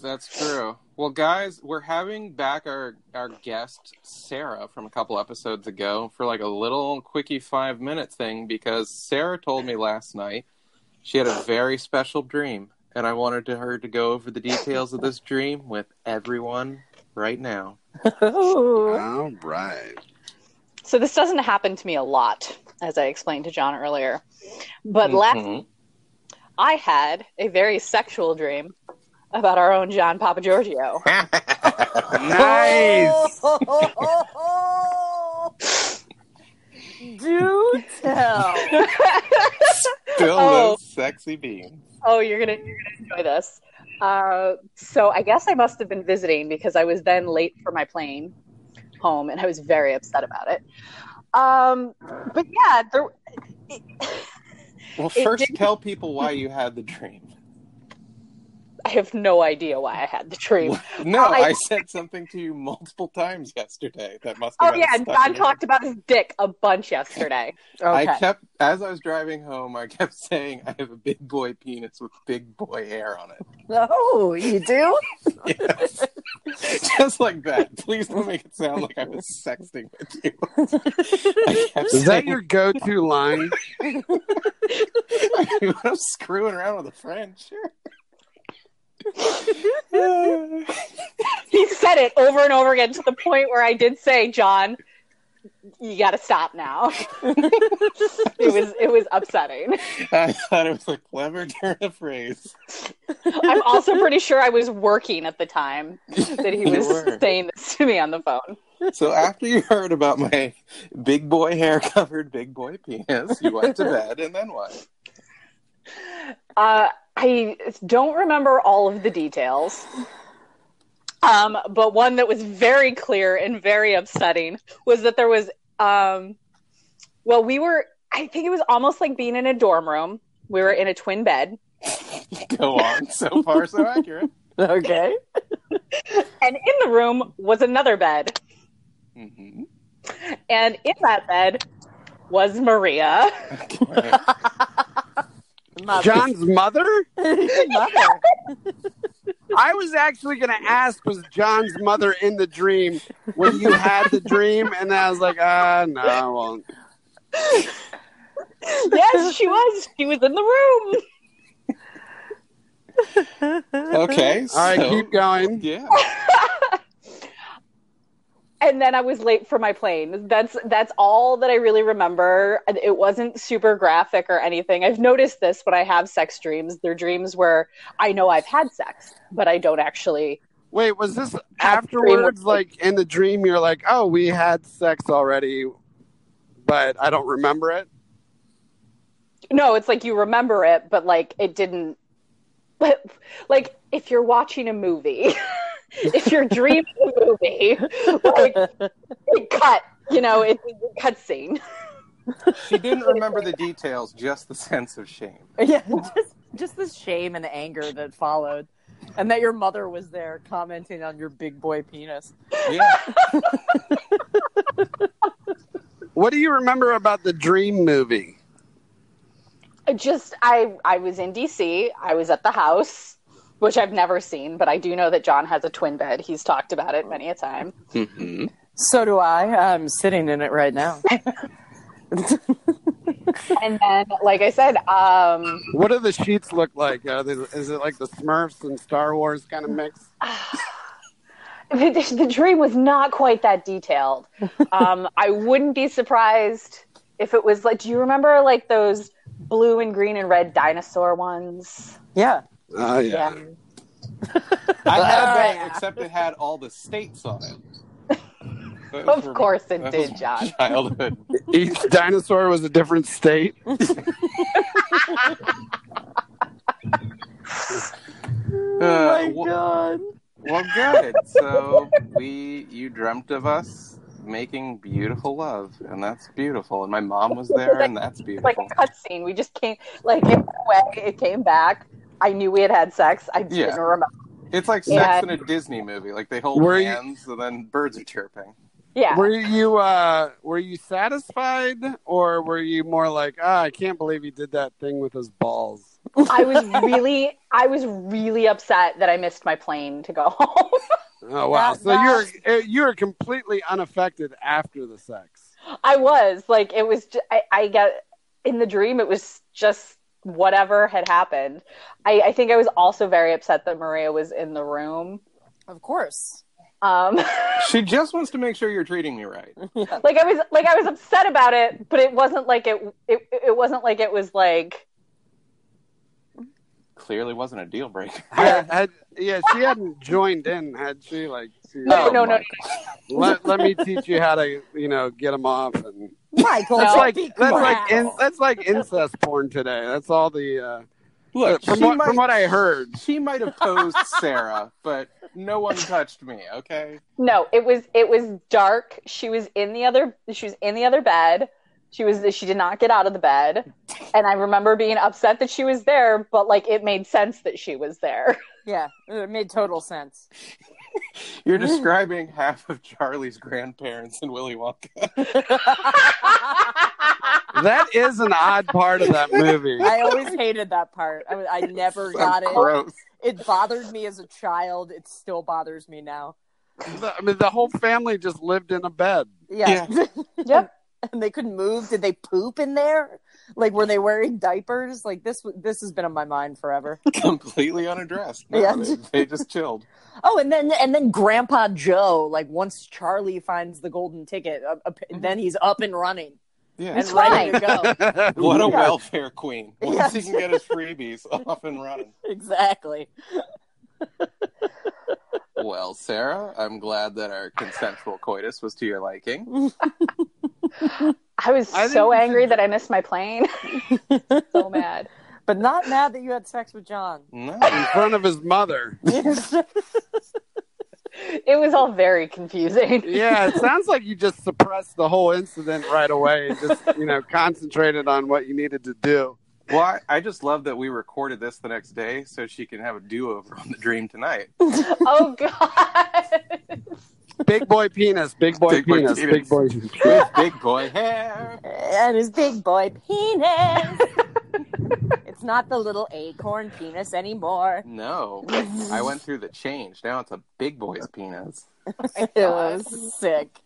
That's true. Well, guys, we're having back our our guest Sarah from a couple episodes ago for like a little quickie five minute thing because Sarah told me last night she had a very special dream, and I wanted to, her to go over the details of this dream with everyone right now. Ooh. All right. So this doesn't happen to me a lot, as I explained to John earlier. But last Mhm. I had a very sexual dream about our own John Papa Giorgio. Nice. Do tell. Still Oh. those sexy beans. Oh, you're gonna you're gonna enjoy this. Uh, so I guess I must have been visiting because I was then late for my plane home, and I was very upset about it. Um, but yeah, there, Well, It first didn't- tell people why you had the dream. I have no idea why I had the dream. No, Oh, I- I, said something to you multiple times yesterday. That must. Have Oh gotten yeah, and stuck in John your- talked about his dick a bunch yesterday. Okay. I kept as I was driving home. I kept saying I have a big boy penis with big boy hair on it, oh, you do? just like that. Please don't make it sound like I was sexting with you. I kept Is that saying your go-to line? when I'm screwing around with a friend. Sure. He said it over and over again to the point where I did say, John, you got to stop now. it was it was upsetting. I thought it was a clever turn of phrase. I'm also pretty sure I was working at the time that he You was were. saying this to me on the phone. So after you heard about my big boy hair covered big boy penis, you went to bed and then what? Uh, I don't remember all of the details. Um, but one that was very clear and very upsetting was that there was, um, well, we were, I think it was almost like being in a dorm room. We were in a twin bed. Go on. So far, so accurate. Okay. And in the room was another bed. hmm And in that bed was Maria. Mother. John's mother? Mother. I was actually going to ask, was John's mother in the dream when you had the dream? And then I was like, ah, no, I won't. yes, she was. She was in the room. Okay. All right, so- keep going. Yeah. and then I was late for my plane. That's that's all that I really remember. And It wasn't super graphic or anything. I've noticed this when I have sex dreams. They're dreams where I know I've had sex, but I don't actually. Wait, was this afterwards? Like in the dream, you're like, oh, we had sex already, but I don't remember it. No, it's like you remember it, but like it didn't. But like if you're watching a movie, if you're dreaming a movie, like it cut. You know, it, it cut scene. She didn't remember the details, just the sense of shame. yeah, just just the shame and anger that followed. And that your mother was there commenting on your big boy penis. Yeah. What do you remember about the dream movie? I just I I was in DC. I was at the house, which I've never seen, but I do know that John has a twin bed. He's talked about it many a time. Mm-hmm. So do I. I'm sitting in it right now. And then, like I said, um, What do the sheets look like? Are they, is it like the Smurfs and Star Wars kind of mix? the, the dream was not quite that detailed. Um, I wouldn't be surprised if it was like. Do you remember like those blue and green and red dinosaur ones? Yeah. Oh I yeah. had that, Oh, Yeah. except it had all the states on it. That was Of from- course it that did, was John. Childhood. Each dinosaur was a different state. Oh, Uh, wh- Oh god. well, good. So we, you dreamt of us making beautiful love, and that's beautiful. And my mom was there, and that's It's like beautiful. a cutscene. We just came, like it went away, it came back. I knew we had had sex. I didn't Yeah. remember. It's like Yeah. sex in a Disney movie. Like they hold Were you- hands, and then birds are chirping. Yeah. Were you uh, were you satisfied, or were you more like, ah, I can't believe he did that thing with his balls? I was really, I was really upset that I missed my plane to go home. Oh wow! That- so you're uh, you're completely unaffected after the sex. I was like, it was. ju- I, I got in the dream. It was just whatever had happened. I, I think I was also very upset that Maria was in the room. Of course. Um, She just wants to make sure you're treating me right. like I was, like I was upset about it, but it wasn't like it. It, it wasn't like it was like. Clearly wasn't a deal breaker. Had, had, yeah, she hadn't joined in, had she? Like, she, No, Oh, no, no, Michael. let, let me teach you how to, you know, get them off. And Michael, that's No. like be that's like quiet. in, that's like incest porn today. That's all the uh, Look, from she what might- from what I heard. She might have posed Sarah, but no one touched me, okay? No, it was it was dark. She was in the other she was in the other bed. She was she did not get out of the bed. And I remember being upset that she was there, but like it made sense that she was there. yeah, it made total sense. You're describing half of Charlie's grandparents in Willy Wonka. I That is an odd part of that movie. I always hated that part. I, was- I never got it. gross. It bothered me as a child. It still bothers me now. The- I mean, the whole family just lived in a bed. Yeah. Yep. and they couldn't move. Did they poop in there? Like, were they wearing diapers? Like this. This has been on my mind forever. Completely unaddressed. No, Yeah. they, they just chilled. Oh, and then and then Grandpa Joe. Like once Charlie finds the golden ticket, uh, up- then he's up and running Yeah. and It's ready to go. What a Yeah. welfare queen. Once Yeah. he can get his freebies off and running. exactly. Well, Sarah, I'm glad that our consensual coitus was to your liking. Mm-hmm. was I so think you angry should- that I missed my plane. so mad. But not mad that you had sex with John. No. in front of his mother. It was all very confusing. Yeah, it sounds like you just suppressed the whole incident right away and just, you know, concentrated on what you needed to do. Well, I, I just love that we recorded this the next day so she can have a do over on the dream tonight. oh god. Big boy penis, big boy Big boy penis, penis. big boy With big boy hair. and his big boy penis. it's not the little acorn penis anymore. No. I went through the change. Now it's a big boy's penis. It was sick.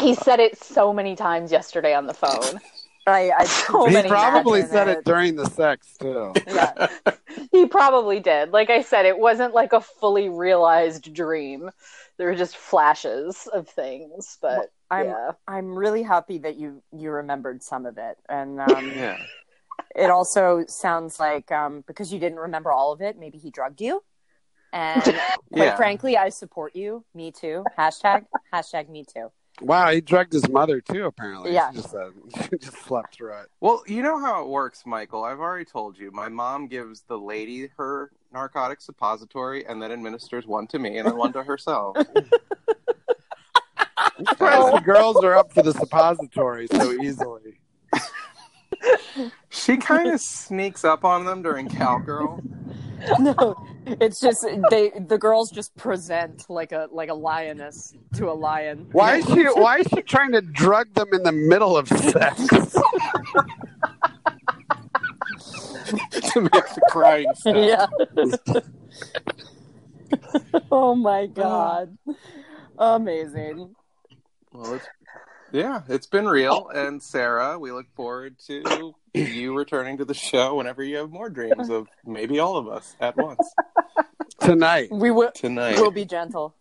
He said it so many times yesterday on the phone. I, I He He many probably imagine said it during the sex too. Yeah. He probably did. Like I said, it wasn't like a fully realized dream. There were just flashes of things, but I'm yeah. I'm really happy that you you remembered some of it, and um, Yeah. it also sounds like um, because you didn't remember all of it, maybe he drugged you. And quite Yeah. frankly, I support you. Me too. Hashtag hashtag me too. Wow, he drugged his mother too, apparently. Yeah. She just, uh, she just slept through it. Well, you know how it works, Michael. I've already told you. My mom gives the lady her narcotic suppository and then administers one to me and then one to herself. I'm surprised the girls are up for the suppository so easily. She kind of sneaks up on them during cowgirl. No, it's just they the girls just present like a like a lioness to a lion. Why is she why is she trying to drug them in the middle of sex? to make the crying sound. Yeah. oh my god. Amazing. Well, it's, yeah, it's been real. Oh. And Sarah, we look forward to you returning to the show whenever you have more dreams of maybe all of us at once Tonight. We will tonight. we'll be gentle.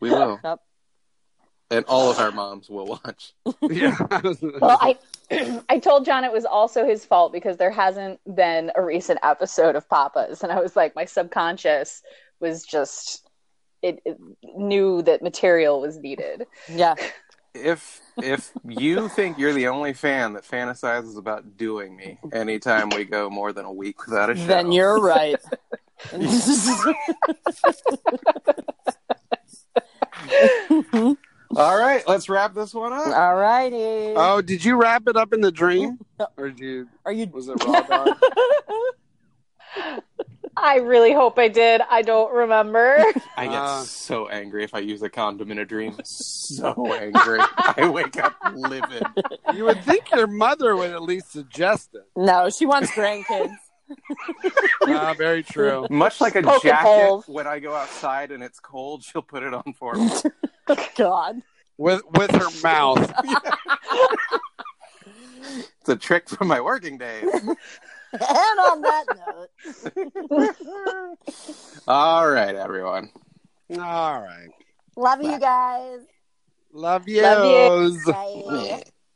We will. Yep. And all of our moms will watch. Yeah. Well, I I told John it was also his fault because there hasn't been a recent episode of Papa's, and I was like, my subconscious was just it, it knew that material was needed. Yeah. If if you think you're the only fan that fantasizes about doing me anytime we go more than a week without a show, Then you're right. all right. Let's wrap this one up. All righty. Oh, did you wrap it up in the dream? Or did you Are you was it raw dog? I really hope I did. I don't remember. I get Uh. so angry if I use a condom in a dream. So angry. I wake up livid. You would think your mother would at least suggest it. No, she wants grandkids. Ah, very true. Much like a Poke jacket, holes. when I go outside and it's cold, she'll put it on for me. God. With with her mouth. It's a trick from my working days. And on that note, All right, everyone. All right. love you guys. Love Love yous. Bye.